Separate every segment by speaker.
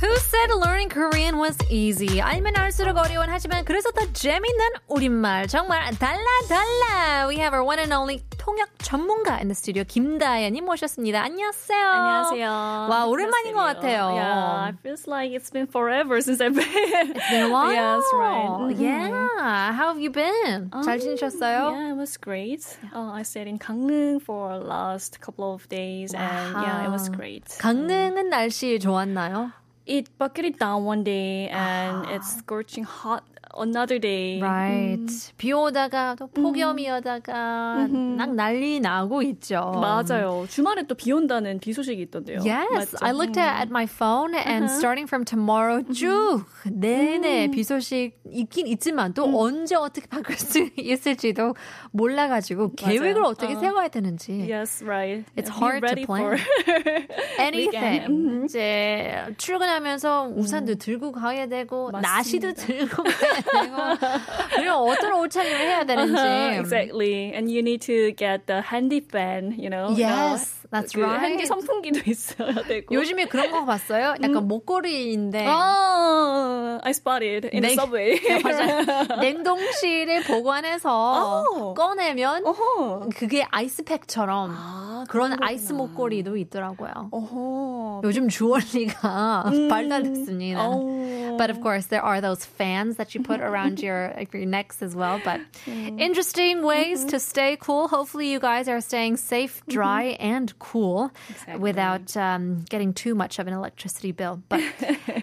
Speaker 1: Who said learning Korean was easy? 알면 알수록 어려운 하지만 그래서 더 재밌는 우리말 정말 달라 달라. We have our one and only 통역 전문가 in the studio 김다연님 모셨습니다. 안녕하세요.
Speaker 2: 안녕하세요.
Speaker 1: 와 오랜만인 것 같아요.
Speaker 2: Yeah, it feels like it's been forever since I've been.
Speaker 1: It's been a while.
Speaker 2: Yes, right.
Speaker 1: 네,
Speaker 2: Mm-hmm. Oh, Um,
Speaker 1: Yeah. How have you been? 잘 지내셨어요?
Speaker 2: Yeah, it was great. Uh, I stayed in Gangneung for last couple of days, and yeah, it was great.
Speaker 1: 강릉은 날씨 좋았나요?
Speaker 2: It bucketed down one day, and it's scorching hot another day.
Speaker 1: Right.
Speaker 2: 음.
Speaker 1: 비 오다가 또 폭염이오다가 막 난리 나고 있죠.
Speaker 2: 맞아요. 주말에 또 비 온다는 비 소식이 있던데요. Uh-huh.
Speaker 1: Yes,
Speaker 2: 맞죠?
Speaker 1: I looked at, at my phone and starting from tomorrow 쭉 내내
Speaker 2: 음.
Speaker 1: 비 소식 있긴 있지만 또 언제 어떻게 바뀔 수 있을지도 몰라가지고 계획을 어떻게 세워야 되는지
Speaker 2: Yes, right.
Speaker 1: It's
Speaker 2: Yeah, be
Speaker 1: hard to
Speaker 2: ready
Speaker 1: plan.
Speaker 2: for-
Speaker 1: anything 이제 출근하면서
Speaker 2: 음.
Speaker 1: 우산도 들고 가야 되고 나시도 들고 가야 되고 그리고 어떤 옷차림을 해야 되는지
Speaker 2: Uh-huh, exactly. And you need to get the handy fan, you know.
Speaker 1: Yes,
Speaker 2: 나-
Speaker 1: that's
Speaker 2: Oh, 그
Speaker 1: right.
Speaker 2: handy 선풍기도 있어야 되고.
Speaker 1: 요즘에 그런 거 음. 봤어요? 약간 목걸이인데
Speaker 2: Oh, I spotted in the
Speaker 1: 네.
Speaker 2: subway.
Speaker 1: 맞아. 냉동실에 보관해서
Speaker 2: 어.
Speaker 1: 꺼내면
Speaker 2: 어허.
Speaker 1: 그게 아이스팩처럼 그런 아이스 목걸이도 있더라고요.
Speaker 2: 어허.
Speaker 1: 요즘 주얼리가 발달했습니다.
Speaker 2: 어.
Speaker 1: But of course, there are those fans that you put around your your necks as well. But interesting ways
Speaker 2: Mm-hmm.
Speaker 1: to stay cool. Hopefully, you guys are staying safe, dry, and cool without um, getting too much of an electricity bill. But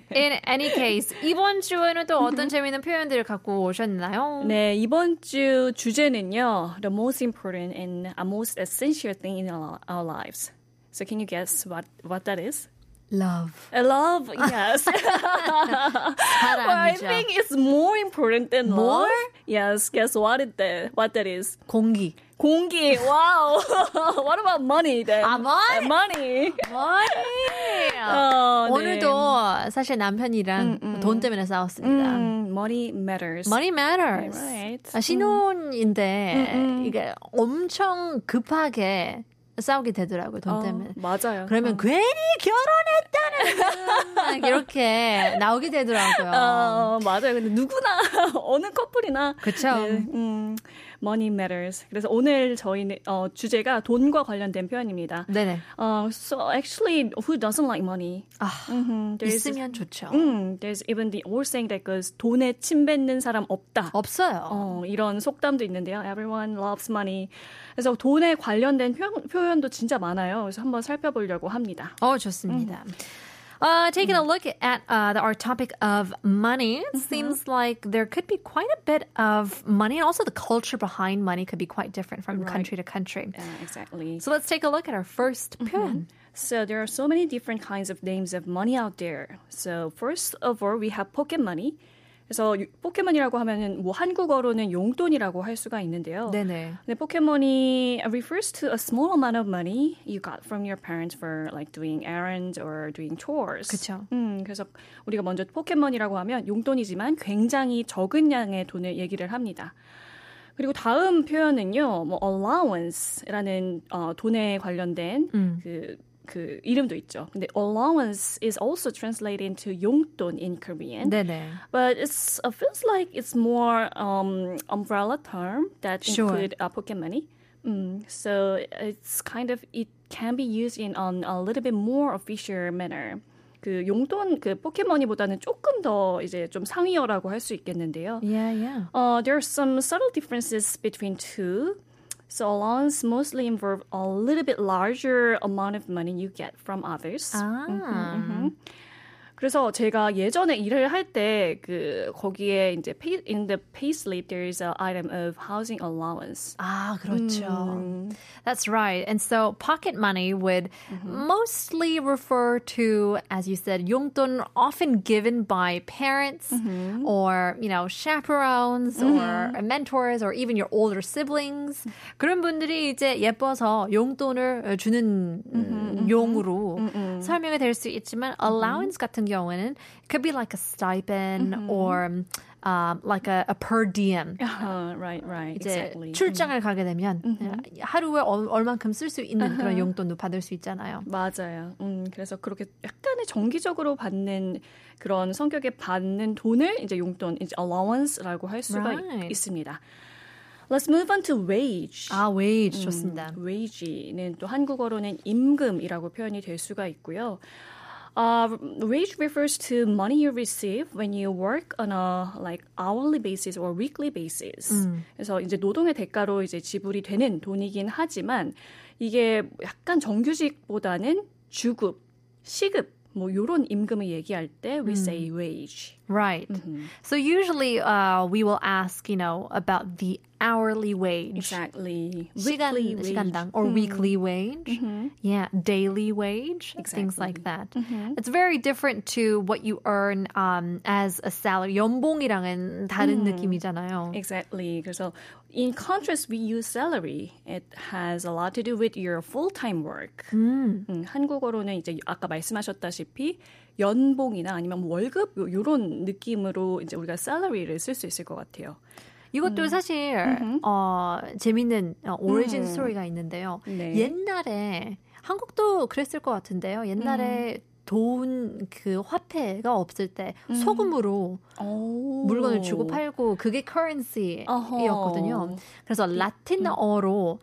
Speaker 1: in any case, 이번 주에는 또 어떤 재미있는 표현들을 갖고 오셨나요?
Speaker 2: Mm-hmm. 네, 이번 주 주제는요. The most important and a most essential thing in our, our lives. So can you guess what what that is?
Speaker 1: Love.
Speaker 2: A love, yes. well, I
Speaker 1: 사랑이죠.
Speaker 2: think it's more important than
Speaker 1: More?
Speaker 2: love. Yes, guess what it what that is?
Speaker 1: 공기.
Speaker 2: 공기. Wow. what about money then?
Speaker 1: 아, money?
Speaker 2: Uh, money.
Speaker 1: 머리.
Speaker 2: 어, 네.
Speaker 1: 오늘도 사실 남편이랑 돈 때문에 싸웠습니다.
Speaker 2: 음, money matters.
Speaker 1: Money matters.
Speaker 2: Right.
Speaker 1: 아, 신혼인데 이게 엄청 급하게 싸우게 되더라고요 돈
Speaker 2: 어,
Speaker 1: 때문에.
Speaker 2: 맞아요.
Speaker 1: 그러면 괜히 결혼했다는 음, 이렇게 나오게 되더라고요.
Speaker 2: 어, 맞아요. 근데 누구나 어느 커플이나
Speaker 1: 그쵸?
Speaker 2: 음, money matters. 그래서 오늘 저희 어, 주제가 돈과 관련된 표현입니다.
Speaker 1: 네네.
Speaker 2: 어, so actually, who doesn't like money?
Speaker 1: 아,
Speaker 2: 음, there's-
Speaker 1: 있으면 좋죠.
Speaker 2: 음, there's even the old saying that goes 돈에 침 뱉는 사람 없다.
Speaker 1: 없어요.
Speaker 2: 어, 이런 속담도 있는데요. Everyone loves money. 그래서 돈에 관련된 표현, 표현도 진짜 많아요. 그래서 한번 살펴보려고 합니다.
Speaker 1: 어, 좋습니다. Uh, taking a look at uh, the, our topic of money,
Speaker 2: Mm-hmm.
Speaker 1: it seems like there could be quite a bit of money, and also the culture behind money could be quite different from country to country.
Speaker 2: Yeah, exactly.
Speaker 1: So let's take a look at our first 표현.
Speaker 2: So there are so many different kinds of names of money out there. So first of all, we have pocket money. 그래서 유- 포켓몬이라고 하면은 뭐 한국어로는 용돈이라고 할 수가 있는데요.
Speaker 1: 네네.
Speaker 2: 근데 포켓몬이 refers to a small amount of money you got from your parents for like doing errands or doing chores.
Speaker 1: 그쵸.
Speaker 2: 음, 그래서 우리가 먼저 포켓몬이라고 하면 용돈이지만 굉장히 적은 양의 돈을 얘기를 합니다. 그리고 다음 표현은요, 뭐 allowance라는 어, 돈에 관련된 그, 그 이름도 있죠. 근데 allowance is also translated into 용돈 in Korean.
Speaker 1: 네네.
Speaker 2: But it's uh, feels like it's more um, umbrella term that
Speaker 1: Sure.
Speaker 2: include uh, pocket money. Mm, so it's kind of it can be used in on a little bit more official manner. 그 용돈 그 포켓머니보다는 조금 더 이제 좀 상위어라고 할 수 있겠는데요.
Speaker 1: Yeah, yeah.
Speaker 2: Uh, there are some subtle differences between two. So allowance mostly involve a little bit larger amount of money you get from others.
Speaker 1: 아,
Speaker 2: 그래서 제가 예전에 일을 할 때 그 거기에 이제 pay, in the pay slip there is a item of housing allowance.
Speaker 1: 아 Ah, 그렇죠. That's right. And so pocket money would mostly refer to, as you said, 용돈 often given by parents or, you know, chaperones or mentors or even your older siblings. 그런 분들이 이제 예뻐서 용돈을 주는 용으로 설명이 될 수 있지만 allowance 같은 경우에는 it could be like a stipend or um, like a, a per diem.
Speaker 2: Uh, right, right,
Speaker 1: 이제
Speaker 2: exactly.
Speaker 1: 출장을 가게 되면 하루에 얼, 얼만큼 쓸 수 있는 그런 용돈도 받을 수 있잖아요.
Speaker 2: 맞아요. 음, 그래서 그렇게 약간의 정기적으로 받는 그런 성격에 받는 돈을 이제 용돈, 이제 allowance라고 할 수가
Speaker 1: Right.
Speaker 2: 있, 있습니다. Let's move on to wage.
Speaker 1: 아, wage 좋습니다.
Speaker 2: wage는 또 한국어로는 임금이라고 표현이 될 수가 있고요. Uh, wage refers to money you receive when you work on a like hourly basis or weekly basis.
Speaker 1: 음.
Speaker 2: 그래서 이제 노동의 대가로 이제 지불이 되는 돈이긴 하지만 이게 약간 정규직보다는 주급, 시급 뭐 요런 임금을 얘기할 때
Speaker 1: 음.
Speaker 2: we say wage.
Speaker 1: Right. So usually uh, we will ask, you know, about the hourly wage.
Speaker 2: Exactly.
Speaker 1: 시간,
Speaker 2: Weekly wage.
Speaker 1: 시간당 or weekly wage. Yeah, daily wage, things like that. It's very different to what you earn um, as a salary. 연봉이랑은 다른 느낌이잖아요.
Speaker 2: Exactly. So, in contrast, we use salary. It has a lot to do with your full-time work. 음, 한국어로는 이제 아까 말씀하셨다시피 연봉이나 아니면 월급 요- 요런 느낌으로 이제 우리가 salary를 쓸 수 있을 것 같아요.
Speaker 1: 이것도 사실 어, 재밌는 어, 오리진 스토리가 있는데요.
Speaker 2: 네.
Speaker 1: 옛날에 한국도 그랬을 것 같은데요. 옛날에 돈 그 화폐가 없을 때 소금으로 물건을 주고 팔고 그게
Speaker 2: 어허.
Speaker 1: currency였거든요. 그래서
Speaker 2: 음.
Speaker 1: 라틴어로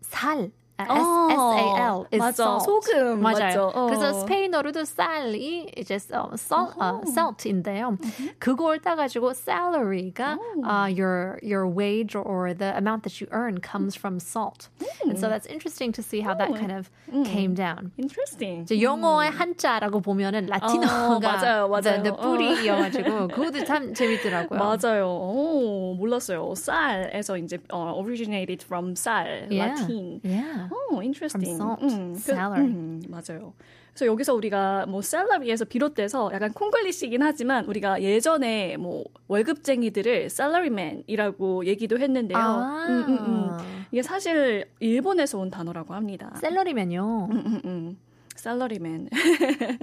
Speaker 1: 살 S
Speaker 2: 어,
Speaker 1: S A L is
Speaker 2: 맞아.
Speaker 1: salt.
Speaker 2: 소금, 맞죠.
Speaker 1: 맞아요.
Speaker 2: 어.
Speaker 1: 그래서 스페인어로도 sal이 이제 어, salt, 어, salt인데요. 그걸 따가지고 salary가 uh, your your wage or the amount that you earn comes from salt. And
Speaker 2: 음.
Speaker 1: so that's interesting to see how that kind of came down.
Speaker 2: Interesting.
Speaker 1: 이제 영어의 한자라고 보면은 라틴어가
Speaker 2: 음. 어, 맞아요, 맞아요.
Speaker 1: 네, 네, 뿌리여가지고 그것도 참 재밌더라고요.
Speaker 2: 음, 맞아요. 오, 몰랐어요. 쌀에서 이제 어, originated from 쌀,
Speaker 1: Yeah.
Speaker 2: 라틴.
Speaker 1: Yeah.
Speaker 2: 오, Oh, interesting.
Speaker 1: From salt,
Speaker 2: 그-
Speaker 1: salary.
Speaker 2: 음, 맞아요. 그래서 여기서 우리가 뭐 salary에서 비롯돼서 약간 콩글리시긴 하지만 우리가 예전에 뭐 월급쟁이들을 salaryman이라고 얘기도 했는데요.
Speaker 1: 아.
Speaker 2: 음, 음, 음. 이게 사실 일본에서 온 단어라고 합니다.
Speaker 1: 셀러리면요.
Speaker 2: 음, 음. salaryman.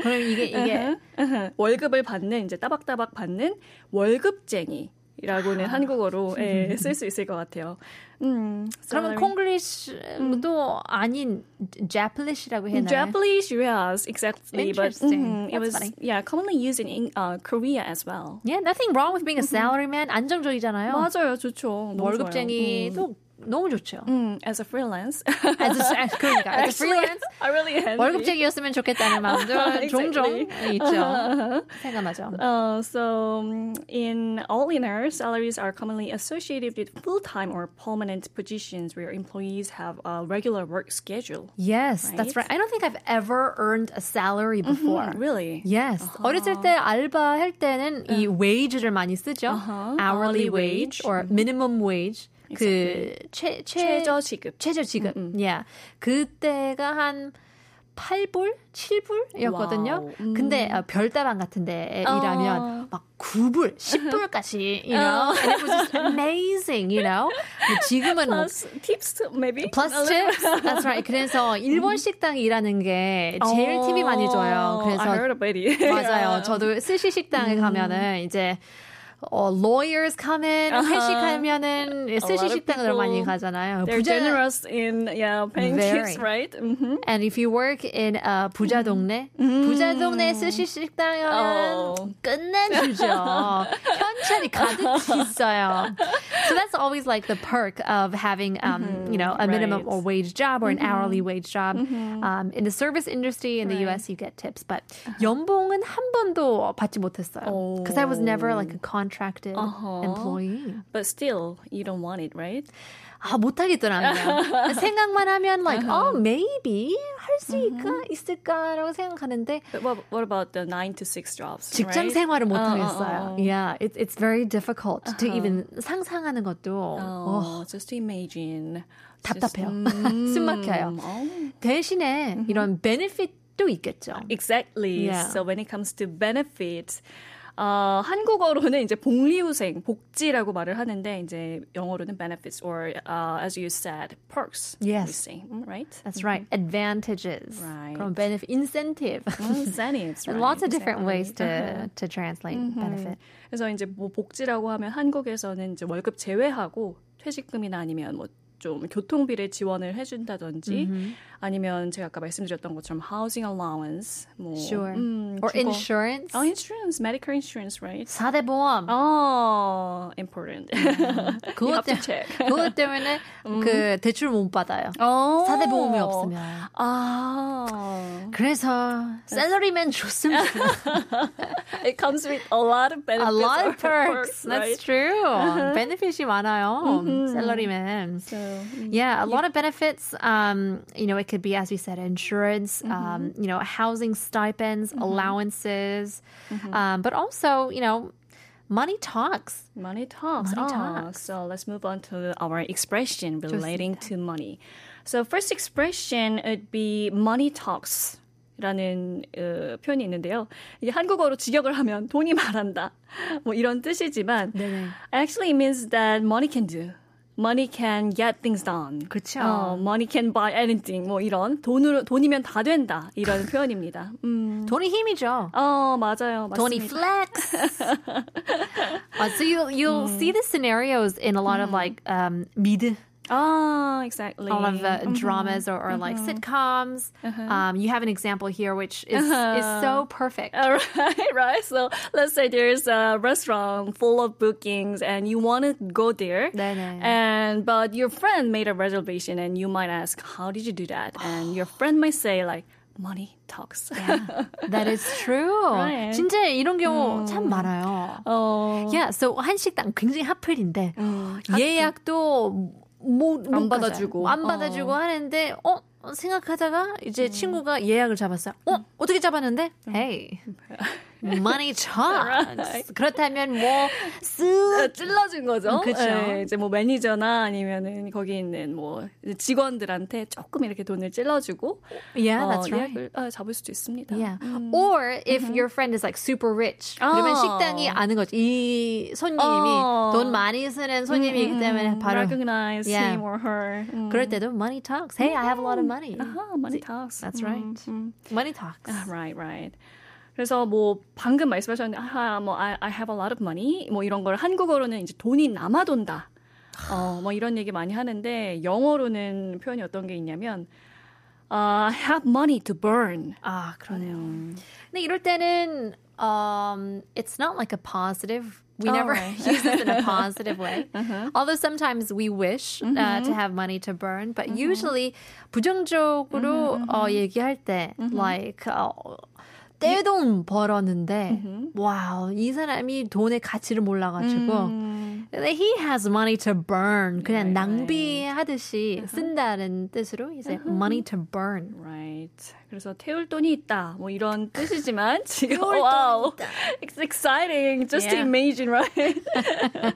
Speaker 1: 그럼 이게 이게
Speaker 2: 음, 월급을 받는 이제 따박따박 받는 월급쟁이. 라고는 한국어로 예, 쓸 수 있을 것 같아요. 음,
Speaker 1: 그러면
Speaker 2: salary-
Speaker 1: 콩글리시도
Speaker 2: 음.
Speaker 1: 아닌 제플리시라고 해야 되나요?
Speaker 2: Japanese, yes, exactly. But
Speaker 1: Interesting.
Speaker 2: mhm, it
Speaker 1: That's
Speaker 2: was
Speaker 1: funny.
Speaker 2: yeah commonly used in Eng- uh, Korea as well.
Speaker 1: Yeah, nothing wrong with being a salaryman. 안정적이잖아요.
Speaker 2: 음, 맞아요, 좋죠. 너무 좋아요.
Speaker 1: 월급쟁이도 너무 좋죠.
Speaker 2: 음, 음, as a freelance,
Speaker 1: As a, 그러니까 as a freelance
Speaker 2: I really am.
Speaker 1: 월급쟁이였으면 좋겠다는 마음도
Speaker 2: Exactly.
Speaker 1: 종종 있죠. 생각나죠.
Speaker 2: Uh, so um, in all inner salaries are commonly associated with full-time or permanent positions where employees have a regular work schedule.
Speaker 1: Yes, that's right.
Speaker 2: Right? Mm-hmm.
Speaker 1: I don't think I've ever earned a salary before.
Speaker 2: Really?
Speaker 1: Yes.
Speaker 2: Uh-huh.
Speaker 1: 어렸을 때 알바 할 때는 이 wage를 많이 쓰죠. Hourly
Speaker 2: Uh-huh. Hourly
Speaker 1: wage
Speaker 2: wage. Mm-hmm.
Speaker 1: or minimum wage. 그 최, 최,
Speaker 2: 최저 시급.
Speaker 1: 최저 지급. Yeah. 그때가 한 8불? 7불이었거든요.
Speaker 2: 와우. 음. 어.
Speaker 1: 근데 어, 별다방 같은 데 일하면 막 9불, 10불까지, you know. And it was just amazing, you know. 근데 지금은 뭐
Speaker 2: Plus tips maybe.
Speaker 1: 플러스 tips. That's right. 그래서 일본 식당 일하는 게 제일 팁이 많이 줘요.
Speaker 2: Oh, 어, I
Speaker 1: 그래서
Speaker 2: heard about it. 음.
Speaker 1: 맞아요. 저도 스시 식당에 가면은 이제 어, lawyers 가면 회식하면은 스시
Speaker 2: lot of
Speaker 1: 식당을 많이
Speaker 2: people,
Speaker 1: 가잖아요.
Speaker 2: They're generous in yeah paying
Speaker 1: Very.
Speaker 2: tips, right? Mm-hmm.
Speaker 1: And if you work in a 부자 동네, 부자 동네 스시 식당이면
Speaker 2: Oh.
Speaker 1: 끝내주죠. 현찰이 가득 있어요. So that's always like the perk of having, um, you know, a minimum
Speaker 2: right.
Speaker 1: or wage job or an hourly wage job. Um, in the service industry in the U.S., you get tips, but 연봉은 한 번도 받지 못했어요. Because I was never like a contracted employee.
Speaker 2: But still, you don't want it, right?
Speaker 1: 아, 못하겠더라고요. 생각만 하면 like, oh, maybe 할 수 있을까라고 생각하는데
Speaker 2: But what, what about the nine to six jobs?
Speaker 1: 직장
Speaker 2: right?
Speaker 1: 생활을 못
Speaker 2: 어,
Speaker 1: 하겠어요.
Speaker 2: 어, 어.
Speaker 1: Yeah, it's it's very difficult to even 상상하는 것도 어,
Speaker 2: Oh, just to imagine.
Speaker 1: 답답해요.
Speaker 2: Just, oh,
Speaker 1: 숨 막혀요.
Speaker 2: 음,
Speaker 1: 대신에 이런 benefit도 있겠죠.
Speaker 2: Exactly.
Speaker 1: Yeah.
Speaker 2: So when it comes to benefits, 어, 한국어로는 이제 복리후생, 복지라고 말을 하는데 이제 영어로는 benefits or uh, as you said, perks.
Speaker 1: Yes. Uh,
Speaker 2: We say, Mm, right?
Speaker 1: That's right. Advantages.
Speaker 2: Right.
Speaker 1: 그런 benefit, incentive.
Speaker 2: Incentives.
Speaker 1: And
Speaker 2: Oh, right,
Speaker 1: lots of different
Speaker 2: exactly.
Speaker 1: ways to, to translate benefit.
Speaker 2: 그래서 이제 뭐 복지라고 하면 한국에서는 이제 월급 제외하고 퇴직금이나 아니면 뭐 좀 교통비를 지원을 해준다든지 아니면 제가 아까 말씀드렸던 것처럼 housing allowance 뭐
Speaker 1: Sure.
Speaker 2: 음,
Speaker 1: or
Speaker 2: 주거-
Speaker 1: insurance. 음.
Speaker 2: 어, insurance, medical insurance, right?
Speaker 1: 4대 보험.
Speaker 2: 어, important. You
Speaker 1: 그것
Speaker 2: have to
Speaker 1: 때-
Speaker 2: check.
Speaker 1: 그것 때문에 그 대출 못 받아요.
Speaker 2: 어.
Speaker 1: 사대 보험이 없으면.
Speaker 2: 아.
Speaker 1: 그래서 셀러리맨 줬으면
Speaker 2: It comes with a lot of
Speaker 1: a
Speaker 2: benefits.
Speaker 1: lot of
Speaker 2: or
Speaker 1: perks. That's
Speaker 2: right? Mm-hmm.
Speaker 1: true. Benefit이 많아요. 셀러리맨.
Speaker 2: So, mm.
Speaker 1: Yeah, a lot of benefits. Um, you know, it could be, as you said, insurance, um,
Speaker 2: Mm-hmm.
Speaker 1: you know, housing stipends, allowances,
Speaker 2: Mm-hmm.
Speaker 1: um, but also, you know, money talks.
Speaker 2: Money talks.
Speaker 1: Money
Speaker 2: Ah, So let's move on to our expression relating to money. So first expression would be money talks. 라는 어, 표현이 있는데요. 이게 한국어로 직역을 하면 돈이 말한다. 뭐 이런 뜻이지만
Speaker 1: 네,
Speaker 2: actually it means that money can do. Money can get things done.
Speaker 1: 그쵸.
Speaker 2: 어, money can buy anything. 뭐 이런 돈으로 돈이면 다 된다. 이런 표현입니다. 음.
Speaker 1: 돈이 힘이죠.
Speaker 2: 어, 맞아요. 맞습니다.
Speaker 1: Tony Flex. Uh, so you you'll see the scenarios in a lot of like um, mid
Speaker 2: 아, exactly.
Speaker 1: all of the dramas or, or like sitcoms. Um, you have an example here, which is is so perfect.
Speaker 2: All right, right. So let's say there's a restaurant full of bookings and you want to go there.
Speaker 1: 네네.
Speaker 2: And but your friend made a reservation and you might ask, "How did you do that?" And your friend might say like, "Money talks."
Speaker 1: That is true.
Speaker 2: Right.
Speaker 1: 진짜 이런 경우 참 많아요.
Speaker 2: 어.
Speaker 1: Yeah, so 한식당 굉장히 핫플인데 예약도 못안
Speaker 2: 안 받아주고.
Speaker 1: 안 받아주고 하는데 어 생각하다가 이제
Speaker 2: 음.
Speaker 1: 친구가 예약을 잡았어요. 어 어떻게 잡았는데? Hey, money talks. 그렇다면 뭐 뭐쓱
Speaker 2: 어, 찔러준 거죠.
Speaker 1: 음, 그쵸.
Speaker 2: 예, 이제 뭐 매니저나 아니면은 거기 있는 뭐 직원들한테 조금 이렇게 돈을 찔러주고
Speaker 1: Yeah,
Speaker 2: 어,
Speaker 1: that's right.
Speaker 2: 예약을 어, 잡을 수도 있습니다. 음.
Speaker 1: Yeah. Or if your friend is like super rich, 그러면
Speaker 2: 어.
Speaker 1: 식당이 아는 거지. 이 손님이
Speaker 2: 어. 음,
Speaker 1: 돈 많이 쓰는 손님이기 때문에 음, 바로
Speaker 2: recognize
Speaker 1: Yeah.
Speaker 2: him or her. 음.
Speaker 1: 그럴 때도 money talks. Hey, I have a lot of money.
Speaker 2: 아하, money talks. 음.
Speaker 1: That's right. Money talks.
Speaker 2: 아, Right, right. 그래서 뭐 방금 말씀하셨는데 아하 뭐 I, I have a lot of money 뭐 이런 걸 한국어로는 이제 돈이 남아 돈다. 어, 뭐 이런 얘기 많이 하는데 영어로는 표현이 어떤 게 있냐면 아, I have money to burn.
Speaker 1: 아, 그러네요. 근데 이럴 때는 um, it's not like a positive. We
Speaker 2: Oh,
Speaker 1: never
Speaker 2: right.
Speaker 1: use this in a positive way. Although sometimes we wish uh, to have money to burn, but usually 부정적으로 어, 얘기할 때 like 어, 떼돈 벌었는데 와우 이 사람이 돈의 가치를 몰라가지고 he has money to burn 그냥 낭비하듯이 쓴다는 뜻으로 이제 money to burn
Speaker 2: Right. 그래서 태울 돈이 있다. 뭐 이런 뜻이지만 지금
Speaker 1: 돈이
Speaker 2: wow.
Speaker 1: 있다.
Speaker 2: It's exciting just to
Speaker 1: Yeah.
Speaker 2: imagine, right?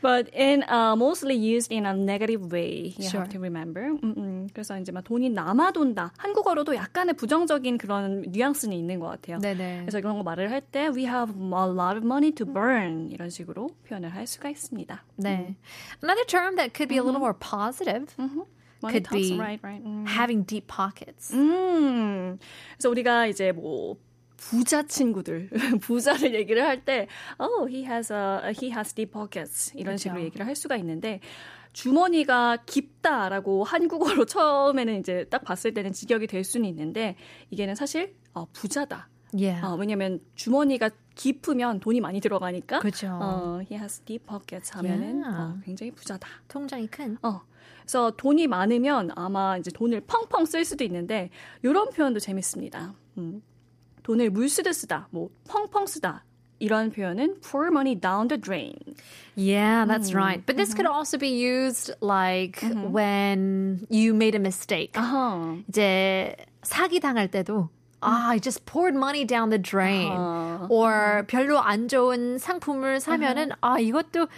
Speaker 2: But in uh, mostly used in a negative way. You
Speaker 1: Sure.
Speaker 2: have to remember. 음, 음. 그래서 이제 막 돈이 남아 돈다. 한국어로도 약간의 부정적인 그런 뉘앙스는 있는 것 같아요.
Speaker 1: 네네.
Speaker 2: 그래서 그런 거 말을 할 때 we have a lot of money to burn 이런 식으로 표현을 할 수가 있습니다.
Speaker 1: 네. Another term that could be a little more positive
Speaker 2: Money
Speaker 1: Could
Speaker 2: talks,
Speaker 1: be.
Speaker 2: right, right. 음.
Speaker 1: having deep pockets.
Speaker 2: 음. 그래서 우리가 이제 뭐 부자 친구들 부자를 얘기를 할 때 oh he has a he has deep pockets 이런 식으로 얘기를 할 수가 있는데 주머니가 깊다라고 한국어로 처음에는 이제 딱 봤을 때는 직역이 될 수는 있는데 이게는 사실 어, 부자다.
Speaker 1: Yeah.
Speaker 2: 어, 왜냐면 주머니가 깊으면 돈이 많이 들어가니까.
Speaker 1: 그죠.
Speaker 2: 어, he has deep pockets 하면은
Speaker 1: Yeah.
Speaker 2: 어, 굉장히 부자다.
Speaker 1: 통장이 큰.
Speaker 2: 어. 그래서 돈이 많으면 아마 이제 돈을 펑펑 쓸 수도 있는데 이런 표현도 재밌습니다. 음. 돈을 물쓰듯 쓰다, 뭐 펑펑 쓰다 이런 표현은 pour money down the drain.
Speaker 1: Yeah, that's right. But this could also be used like when you made a mistake.
Speaker 2: 아하.
Speaker 1: 이제 사기 당할 때도 아, I just poured money down the drain. Or 별로 안 좋은 상품을 사면은 아, 이것도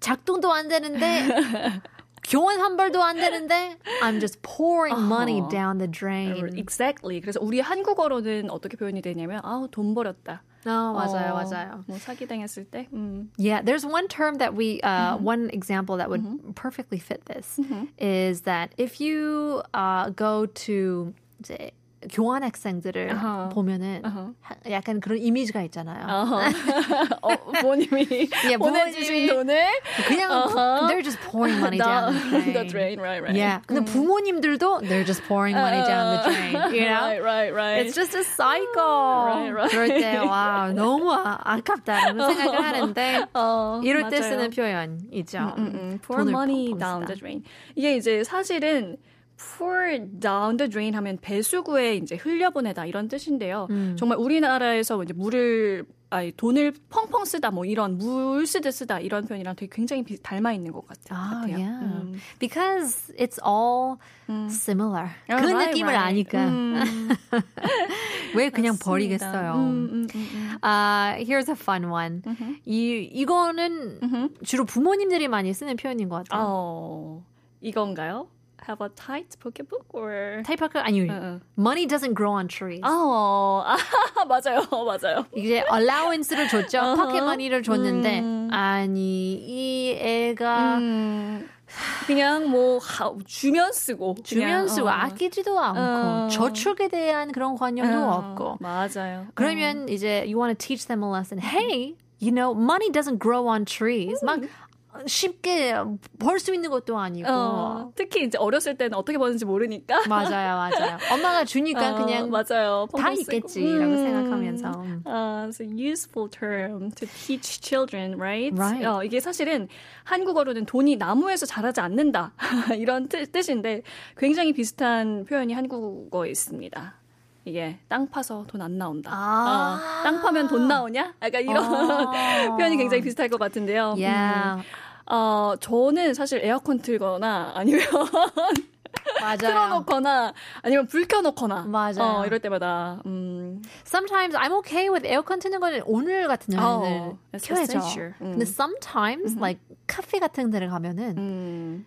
Speaker 1: 작동도 안 되는데 교환 한 벌도 안 되는데 I'm just pouring money down the drain.
Speaker 2: Exactly. 그래서 우리 한국어로는 어떻게 표현이 되냐면 아우 돈 벌었다.
Speaker 1: 어, Oh, 맞아요,
Speaker 2: 어,
Speaker 1: 맞아요.
Speaker 2: 뭐 사기 당했을 때. 음.
Speaker 1: Yeah, there's one term that we, uh, one example that would perfectly fit this is that if you uh, go to 이제 교환학생들을
Speaker 2: 아하.
Speaker 1: 보면은 하- 약간 그런 이미지가 있잖아요.
Speaker 2: 어, 부모님이
Speaker 1: 예, 부모님이
Speaker 2: 보내주신 돈을
Speaker 1: 그냥
Speaker 2: 아하.
Speaker 1: they're just pouring money down the
Speaker 2: down
Speaker 1: drain.
Speaker 2: the drain, right, right.
Speaker 1: Yeah, 근데 부모님들도 they're just pouring money down the drain. You know,
Speaker 2: Right, right, right.
Speaker 1: It's just a cycle.
Speaker 2: Right, right.
Speaker 1: 그럴 때, 와, 너무 아- 아깝다라는 생각을 하는데,
Speaker 2: 어,
Speaker 1: 이럴 때
Speaker 2: 맞아요.
Speaker 1: 쓰는 표현이죠.
Speaker 2: 음, 음. Pour
Speaker 1: 돈을
Speaker 2: money
Speaker 1: 펑펑
Speaker 2: down
Speaker 1: 쓰다.
Speaker 2: the drain. 이게 이제 사실은 pour down the drain 하면 배수구에 이제 흘려보내다 이런 뜻인데요.
Speaker 1: 음.
Speaker 2: 정말 우리나라에서 이제 물을 아니 돈을 펑펑 쓰다 뭐 이런 물 쓰듯 쓰다 이런 표현이랑 되게 굉장히 비, 닮아 있는 것 같,
Speaker 1: 아,
Speaker 2: 같아요.
Speaker 1: yeah.
Speaker 2: 음.
Speaker 1: Because it's all similar.
Speaker 2: 아,
Speaker 1: 그
Speaker 2: right,
Speaker 1: 느낌을
Speaker 2: right.
Speaker 1: 아니까
Speaker 2: 음,
Speaker 1: 왜 그냥
Speaker 2: 맞습니다.
Speaker 1: 버리겠어요.
Speaker 2: 음, 음, 음, 음.
Speaker 1: 아, here's a fun one. 이 이거는 주로 부모님들이 많이 쓰는 표현인 것 같아요.
Speaker 2: 어, 이건가요? Have a tight pocketbook or
Speaker 1: 타이파크 아니
Speaker 2: 어.
Speaker 1: money doesn't grow on trees.
Speaker 2: 어, 아, 맞아요, 맞아요.
Speaker 1: 이제 allowance를 줬죠.
Speaker 2: 어허.
Speaker 1: 파켓머니를 줬는데
Speaker 2: 음.
Speaker 1: 아니 이 애가
Speaker 2: 음, 그냥 뭐 하- 주면 쓰고 그냥,
Speaker 1: 주면 쓰고
Speaker 2: 어.
Speaker 1: 아끼지도 않고
Speaker 2: 어.
Speaker 1: 저축에 대한 그런 관념도
Speaker 2: 어,
Speaker 1: 없고
Speaker 2: 맞아요.
Speaker 1: 그러면 이제 you want to teach them a lesson. Hey, you know, money doesn't grow on trees. 막
Speaker 2: 음.
Speaker 1: 쉽게 벌 수 있는 것도 아니고.
Speaker 2: 어,
Speaker 1: 뭐.
Speaker 2: 어, 특히 이제 어렸을 때는 어떻게 버는지 모르니까
Speaker 1: 맞아요, 맞아요. 엄마가 주니까
Speaker 2: 어,
Speaker 1: 그냥
Speaker 2: 맞아요.
Speaker 1: 다
Speaker 2: 펑펑 쓰고.
Speaker 1: 있겠지라고
Speaker 2: 음.
Speaker 1: 생각하면서.
Speaker 2: 아, it's a useful term to teach children, right?
Speaker 1: Right.
Speaker 2: 어, 이게 사실은 한국어로는 돈이 나무에서 자라지 않는다 이런 뜻, 뜻인데 굉장히 비슷한 표현이 한국어에 있습니다. 이게 땅 파서 돈 안 나온다.
Speaker 1: 아.
Speaker 2: 어, 땅 파면 돈 나오냐? 약간 이런
Speaker 1: 아.
Speaker 2: 표현이 굉장히 비슷할 것 같은데요. 음.
Speaker 1: Yeah,
Speaker 2: 어, 저는 사실 에어컨 틀거나 아니면
Speaker 1: 맞아요.
Speaker 2: 틀어놓거나 아니면 불 켜놓거나
Speaker 1: 맞아요.
Speaker 2: 어, 이럴 때마다 음,
Speaker 1: Sometimes I'm okay with 에어컨 트는 거는 오늘 같은 날에는
Speaker 2: Oh, it's
Speaker 1: 켜야죠.
Speaker 2: essential. 음.
Speaker 1: 근데 sometimes like 카페 같은 데를 가면은
Speaker 2: 음.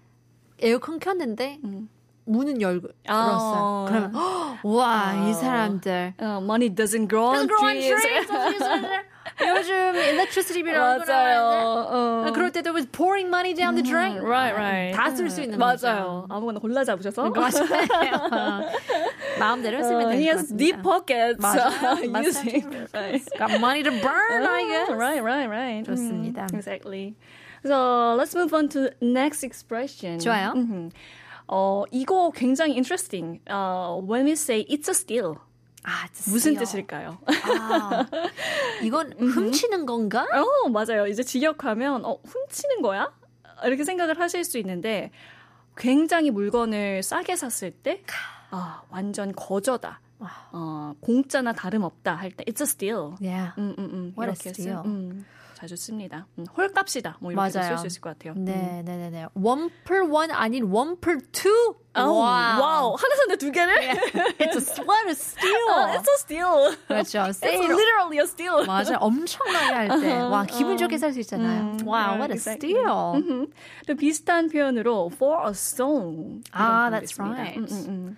Speaker 1: 에어컨 켰는데
Speaker 2: 음.
Speaker 1: 문은 열- 열었어요.
Speaker 2: 어.
Speaker 1: 그러면 와
Speaker 2: 아.
Speaker 1: 이 사람들
Speaker 2: 어, Uh, money doesn't grow on
Speaker 1: 그런
Speaker 2: trees.
Speaker 1: 요즘 electricity 비라는
Speaker 2: 맞아요. 어.
Speaker 1: 그럴 때도 with pouring money down the drain.
Speaker 2: right, right.
Speaker 1: 다 쓸 수 있는
Speaker 2: 맞아요. 아무거나 골라 잡으셔서.
Speaker 1: 거죠. 맞아요. 마음대로 쓰면
Speaker 2: 어, he
Speaker 1: 되는
Speaker 2: has
Speaker 1: 거죠.
Speaker 2: deep pockets.
Speaker 1: 맞아요.
Speaker 2: using- right.
Speaker 1: Got money to burn,
Speaker 2: 어.
Speaker 1: I guess.
Speaker 2: Oh, right, right, right.
Speaker 1: 좋습니다.
Speaker 2: 음, exactly. So let's move on to next expression.
Speaker 1: 좋아요.
Speaker 2: 음흠. 어, 이거 굉장히 interesting. 어, when we say it's a steal,
Speaker 1: 아, 진짜
Speaker 2: 무슨
Speaker 1: 쓰여.
Speaker 2: 뜻일까요?
Speaker 1: 아, 이건 훔치는 건가?
Speaker 2: 어, 맞아요. 이제 직역하면 어, 훔치는 거야? 이렇게 생각을 하실 수 있는데 굉장히 물건을 싸게 샀을 때 아, 완전 거저다. 어, 공짜나 다름없다 할 때 it's a steal.
Speaker 1: Yeah.
Speaker 2: 음, 음, 음.
Speaker 1: What a
Speaker 2: 이렇게 쓰-
Speaker 1: steal.
Speaker 2: 음, 자주 씁니다. 음, 홀값이다. 뭐 이렇게
Speaker 1: 맞아요.
Speaker 2: 쓸 수 있을 것 같아요. 음.
Speaker 1: 네, 네, 네, 네. 원플 원 아닌 원플 투.
Speaker 2: 아우, 와우.
Speaker 1: 와우. 네.
Speaker 2: 하나 샀는데 두 개를?
Speaker 1: It's a s- what a steal.
Speaker 2: 아, it's a steal.
Speaker 1: 그렇죠.
Speaker 2: It's
Speaker 1: 세일.
Speaker 2: literally a steal.
Speaker 1: 맞아. 엄청나게 할 때. 와, 기분 좋게 살 수 있잖아요.
Speaker 2: 음,
Speaker 1: 와,
Speaker 2: right,
Speaker 1: what a
Speaker 2: exactly.
Speaker 1: steal.
Speaker 2: 음, 또 비슷한 표현으로 for a song.
Speaker 1: 아,
Speaker 2: 이런 표현도
Speaker 1: that's
Speaker 2: 있습니다.
Speaker 1: right.
Speaker 2: 음, 음, 음.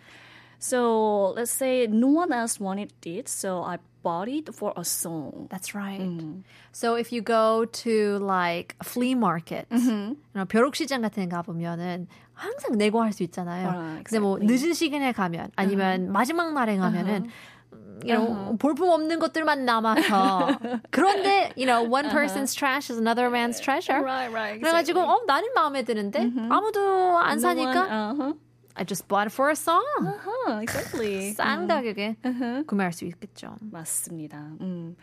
Speaker 2: So let's say no one else wanted it, so I bought it for a song.
Speaker 1: That's right.
Speaker 2: 음.
Speaker 1: So if you go to like a flea market, you know, 벼룩시장 같은 데 가보면은 항상 내고 할 수 있잖아요.
Speaker 2: 아,
Speaker 1: 근데 뭐
Speaker 2: exactly.
Speaker 1: 늦은 시간에 가면 아니면 마지막 날에 가면은 음, You know, 볼품 없는 것들만 남아서 그런데 you know one person's trash is another man's treasure.
Speaker 2: Right, right.
Speaker 1: 그래가지고
Speaker 2: exactly.
Speaker 1: 어 나는 마음에 드는데 아무도 안
Speaker 2: No one,
Speaker 1: 사니까
Speaker 2: uh-huh.
Speaker 1: I just bought it for a song. 음.
Speaker 2: 아, exactly.
Speaker 1: 싼 가격에 구매할 수 있겠죠.
Speaker 2: 맞습니다. 음.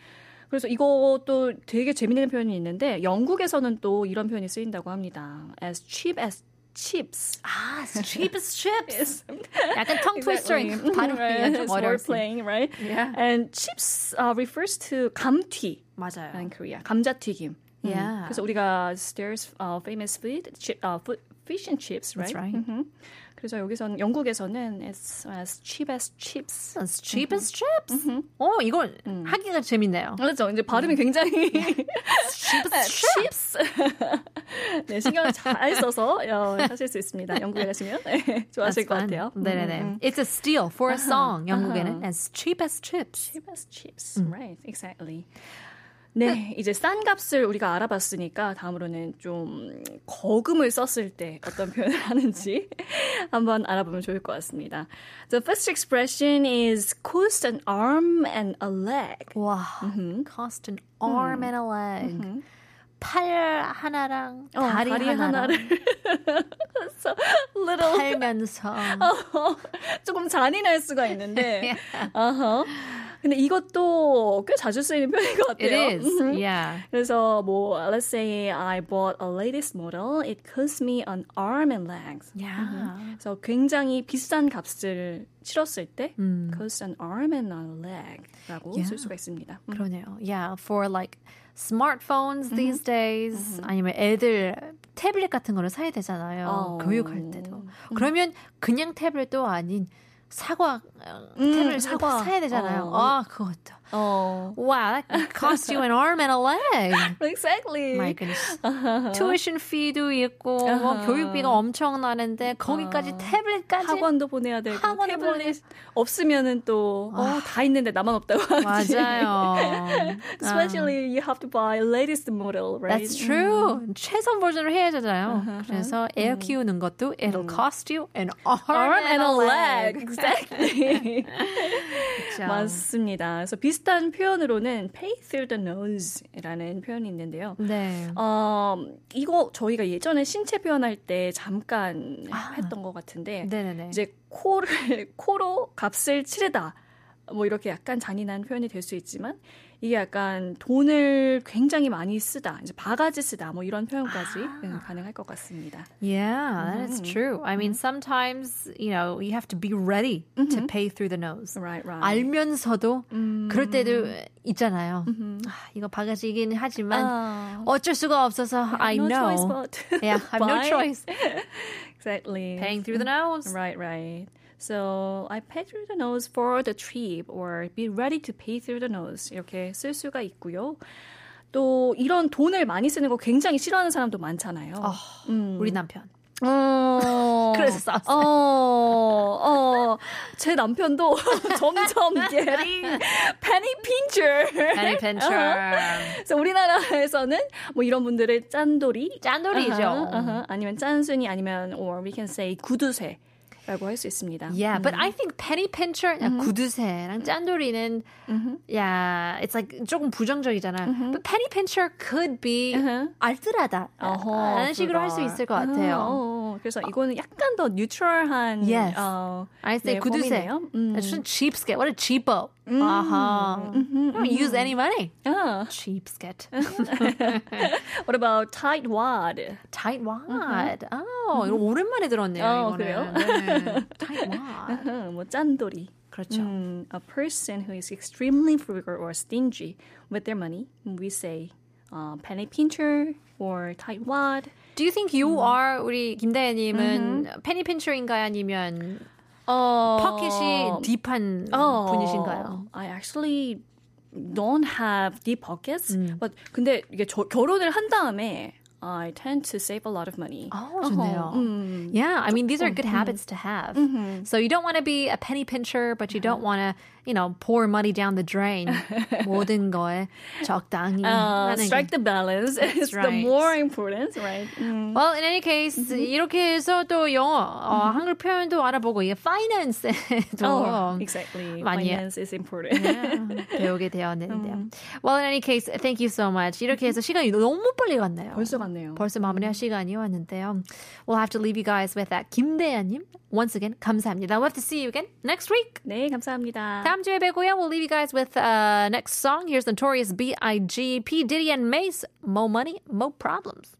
Speaker 2: 그래서 이것도 되게 재밌는 표현이 있는데 영국에서는 또 이런 표현이 쓰인다고 합니다. As cheap as chips.
Speaker 1: 아, cheap as chips. 약간 tongue twister 발음이 좀 어려울
Speaker 2: word
Speaker 1: 수 있-
Speaker 2: playing, right?
Speaker 1: Yeah.
Speaker 2: And chips uh, refers to 감튀
Speaker 1: 맞아요.
Speaker 2: in Korea. 감자튀김. 음,
Speaker 1: Yeah.
Speaker 2: 그래서 우리가 there's uh, famous 어, food, chip, uh, food, fish and chips, right?
Speaker 1: That's right.
Speaker 2: 음. 그래서 여기서는 영국에서는 it's as cheap as chips.
Speaker 1: As cheap as chips.
Speaker 2: Mm-hmm.
Speaker 1: 어, 이걸 하기가 재밌네요.
Speaker 2: 그렇죠. 이제 발음이 굉장히
Speaker 1: Cheap as chips.
Speaker 2: chips. 네, 신경 잘 써서 어, 하실 수 있습니다. 영국에 가시면 네, 좋아하실 것 같아요. Uh-huh.
Speaker 1: 네네네. It's a steal for a song. 영국에는 as cheap as chips.
Speaker 2: cheap as chips. Right, exactly. 음. 네, 이제 싼 값을 우리가 알아봤으니까 다음으로는 좀 거금을 썼을 때 어떤 표현을 하는지 한번 알아보면 좋을 것 같습니다. The first expression is cost an arm and a leg.
Speaker 1: 와,
Speaker 2: Mm-hmm.
Speaker 1: cost an arm
Speaker 2: Mm.
Speaker 1: and a leg. 팔 하나랑 다리,
Speaker 2: 다리
Speaker 1: 하나랑
Speaker 2: 하나를 so little
Speaker 1: 팔면서
Speaker 2: 조금 잔인할 수가 있는데. 어허. 근데 이것도 꽤 자주 쓰이는 표현인
Speaker 1: it
Speaker 2: 것 같아요. Mm-hmm.
Speaker 1: is. Yeah.
Speaker 2: 그래서 뭐 let's say I bought a latest model, it cost me an arm and legs.
Speaker 1: Yeah.
Speaker 2: 그래서 굉장히 비싼 값을 치렀을 때
Speaker 1: 음.
Speaker 2: cost an arm and a leg라고 쓸 수가 있습니다. 음.
Speaker 1: 그러네요. Yeah, for like smartphones these days 아니면 애들 태블릿 같은 거를 사야 되잖아요.
Speaker 2: 어.
Speaker 1: 교육할 때도. 그러면 그냥 태블릿도 아닌 사과 어, 태블릿
Speaker 2: 음, 사과.
Speaker 1: 사과 사야 되잖아요.
Speaker 2: 어.
Speaker 1: 아, 그것도.
Speaker 2: 어.
Speaker 1: Wow, that cost you an arm and a leg.
Speaker 2: Exactly.
Speaker 1: My goodness. Tuition fee도 있고 뭐 교육비가 엄청나는데 거기까지 태블릿까지
Speaker 2: 아. 학원도 보내야 되고
Speaker 1: 학원도 아.
Speaker 2: 태블릿 없으면은 또 어, 다 있는데 나만 없다고 하지. 네.
Speaker 1: 맞아요.
Speaker 2: Especially you have to buy latest model, right?
Speaker 1: That's true.
Speaker 2: 음.
Speaker 1: 최선 버전을 해야 되잖아요. 그래서 애 키우는 것도 it'll cost you an arm,
Speaker 2: 음. arm and a leg.
Speaker 1: leg.
Speaker 2: Exactly.
Speaker 1: 그렇죠.
Speaker 2: 맞습니다. 그래서 비슷한 표현으로는 pay through the nose라는 표현이 있는데요.
Speaker 1: 네.
Speaker 2: 어, 이거 저희가 예전에 신체 표현할 때 잠깐 했던 것 같은데
Speaker 1: 아. 네네네.
Speaker 2: 이제 코를 코로 값을 치르다 뭐 이렇게 약간 잔인한 표현이 될 수 있지만 이게 약간 돈을 굉장히 많이 쓰다 이제 바가지 쓰다 뭐 이런 표현까지
Speaker 1: 아.
Speaker 2: 음, 가능할 것 같습니다.
Speaker 1: yeah, that
Speaker 2: 음.
Speaker 1: is true. I mean, sometimes, you know, you have to be ready to pay through the nose.
Speaker 2: Right, right. 음.
Speaker 1: 알면서도 그럴 때도 있잖아요. 아, 이거 바가지이긴 하지만
Speaker 2: 아,
Speaker 1: 어쩔 수가 없어서 I
Speaker 2: no
Speaker 1: know.
Speaker 2: choice but
Speaker 1: yeah, I have no
Speaker 2: buy.
Speaker 1: choice.
Speaker 2: Exactly.
Speaker 1: Paying through the nose.
Speaker 2: 음. Right, right. So I pay through the nose for the trip, or be ready to pay through the nose 이렇게 쓸 수가 있고요. 또 이런 돈을 많이 쓰는 거 굉장히 싫어하는 사람도 많잖아요. 음.
Speaker 1: 우리 남편.
Speaker 2: 어.
Speaker 1: 그래서 싸웠어요.
Speaker 2: 어, 어, 제 남편도 점점 getting penny pincher.
Speaker 1: Penny pincher.
Speaker 2: 그래서 우리나라에서는 뭐 이런 분들을 짠돌이,
Speaker 1: 짠돌이죠.
Speaker 2: 아하, 아하. 아니면 짠순이, 아니면 or we can say 구두쇠라고 할 수 있습니다.
Speaker 1: Yeah, but I think penny pincher,
Speaker 2: 음.
Speaker 1: 구두쇠랑 짠돌이는, yeah, it's like 조금 부정적이잖아. But penny pincher could be 알뜰하다.
Speaker 2: 어허,
Speaker 1: 라는 식으로 할 수
Speaker 2: 그걸.
Speaker 1: 있을 것 같아요.
Speaker 2: 어, 어, 그래서 이거는 약간 더 뉴트럴한
Speaker 1: Yes.
Speaker 2: 어,
Speaker 1: I say
Speaker 2: 네,
Speaker 1: 구두쇠.
Speaker 2: 범위네요. 음.
Speaker 1: That's just cheapskate. What a cheapo. Uh-huh. Don't use any money.
Speaker 2: 아.
Speaker 1: Cheapskate.
Speaker 2: What about tight wad?
Speaker 1: Tight wad. 어, 이거 오랜만에 들었네요.
Speaker 2: 어,
Speaker 1: 이거는.
Speaker 2: 그래요?
Speaker 1: 네. Tight wad.
Speaker 2: 어, 뭐 짠돌이.
Speaker 1: 그렇죠.
Speaker 2: 음, a person who is extremely frugal or stingy with their money, we say uh, penny pincher or tight wad.
Speaker 1: Do you think
Speaker 2: 음.
Speaker 1: you are 우리 김다혜님은 penny pincher인가요? 아니면
Speaker 2: 어,
Speaker 1: 포켓이 딥한 분이신가요?
Speaker 2: I actually don't have deep pockets.
Speaker 1: 음.
Speaker 2: But 근데 이게 저, 결혼을 한 다음에 I tend to save a lot of money.
Speaker 1: 어, 좋네요.
Speaker 2: 어허, 음.
Speaker 1: Yeah, I mean these are good habits to have. So you don't want to be a penny pincher, but you don't want to, you know, pour money down the drain. 모든 거에 적당히
Speaker 2: Uh,
Speaker 1: 하는 게.
Speaker 2: strike the balance is the
Speaker 1: right. Oh.
Speaker 2: more important, right? 음.
Speaker 1: Well, in any case, 이렇게 해서 또 영어, 어, 한글 표현도 알아보고 이게 finance에도
Speaker 2: Oh, exactly.
Speaker 1: 많이
Speaker 2: Finance is important.
Speaker 1: 배우게 되었는데요. Well, in any case, thank you so much. 이렇게 해서 시간이 너무 빨리 갔네요.
Speaker 2: 벌써 갔네요.
Speaker 1: 벌써 마무리할 시간이 왔는데요. We'll have to leave you guys with that. 김대현님, once again, 감사합니다. We'll have to see you again next week.
Speaker 2: 네, 감사합니다.
Speaker 1: 다음 주에 뵙고요. We'll leave you guys with uh, next song. Here's Notorious B.I.G., P. Diddy and Mace, Mo Money, Mo Problems.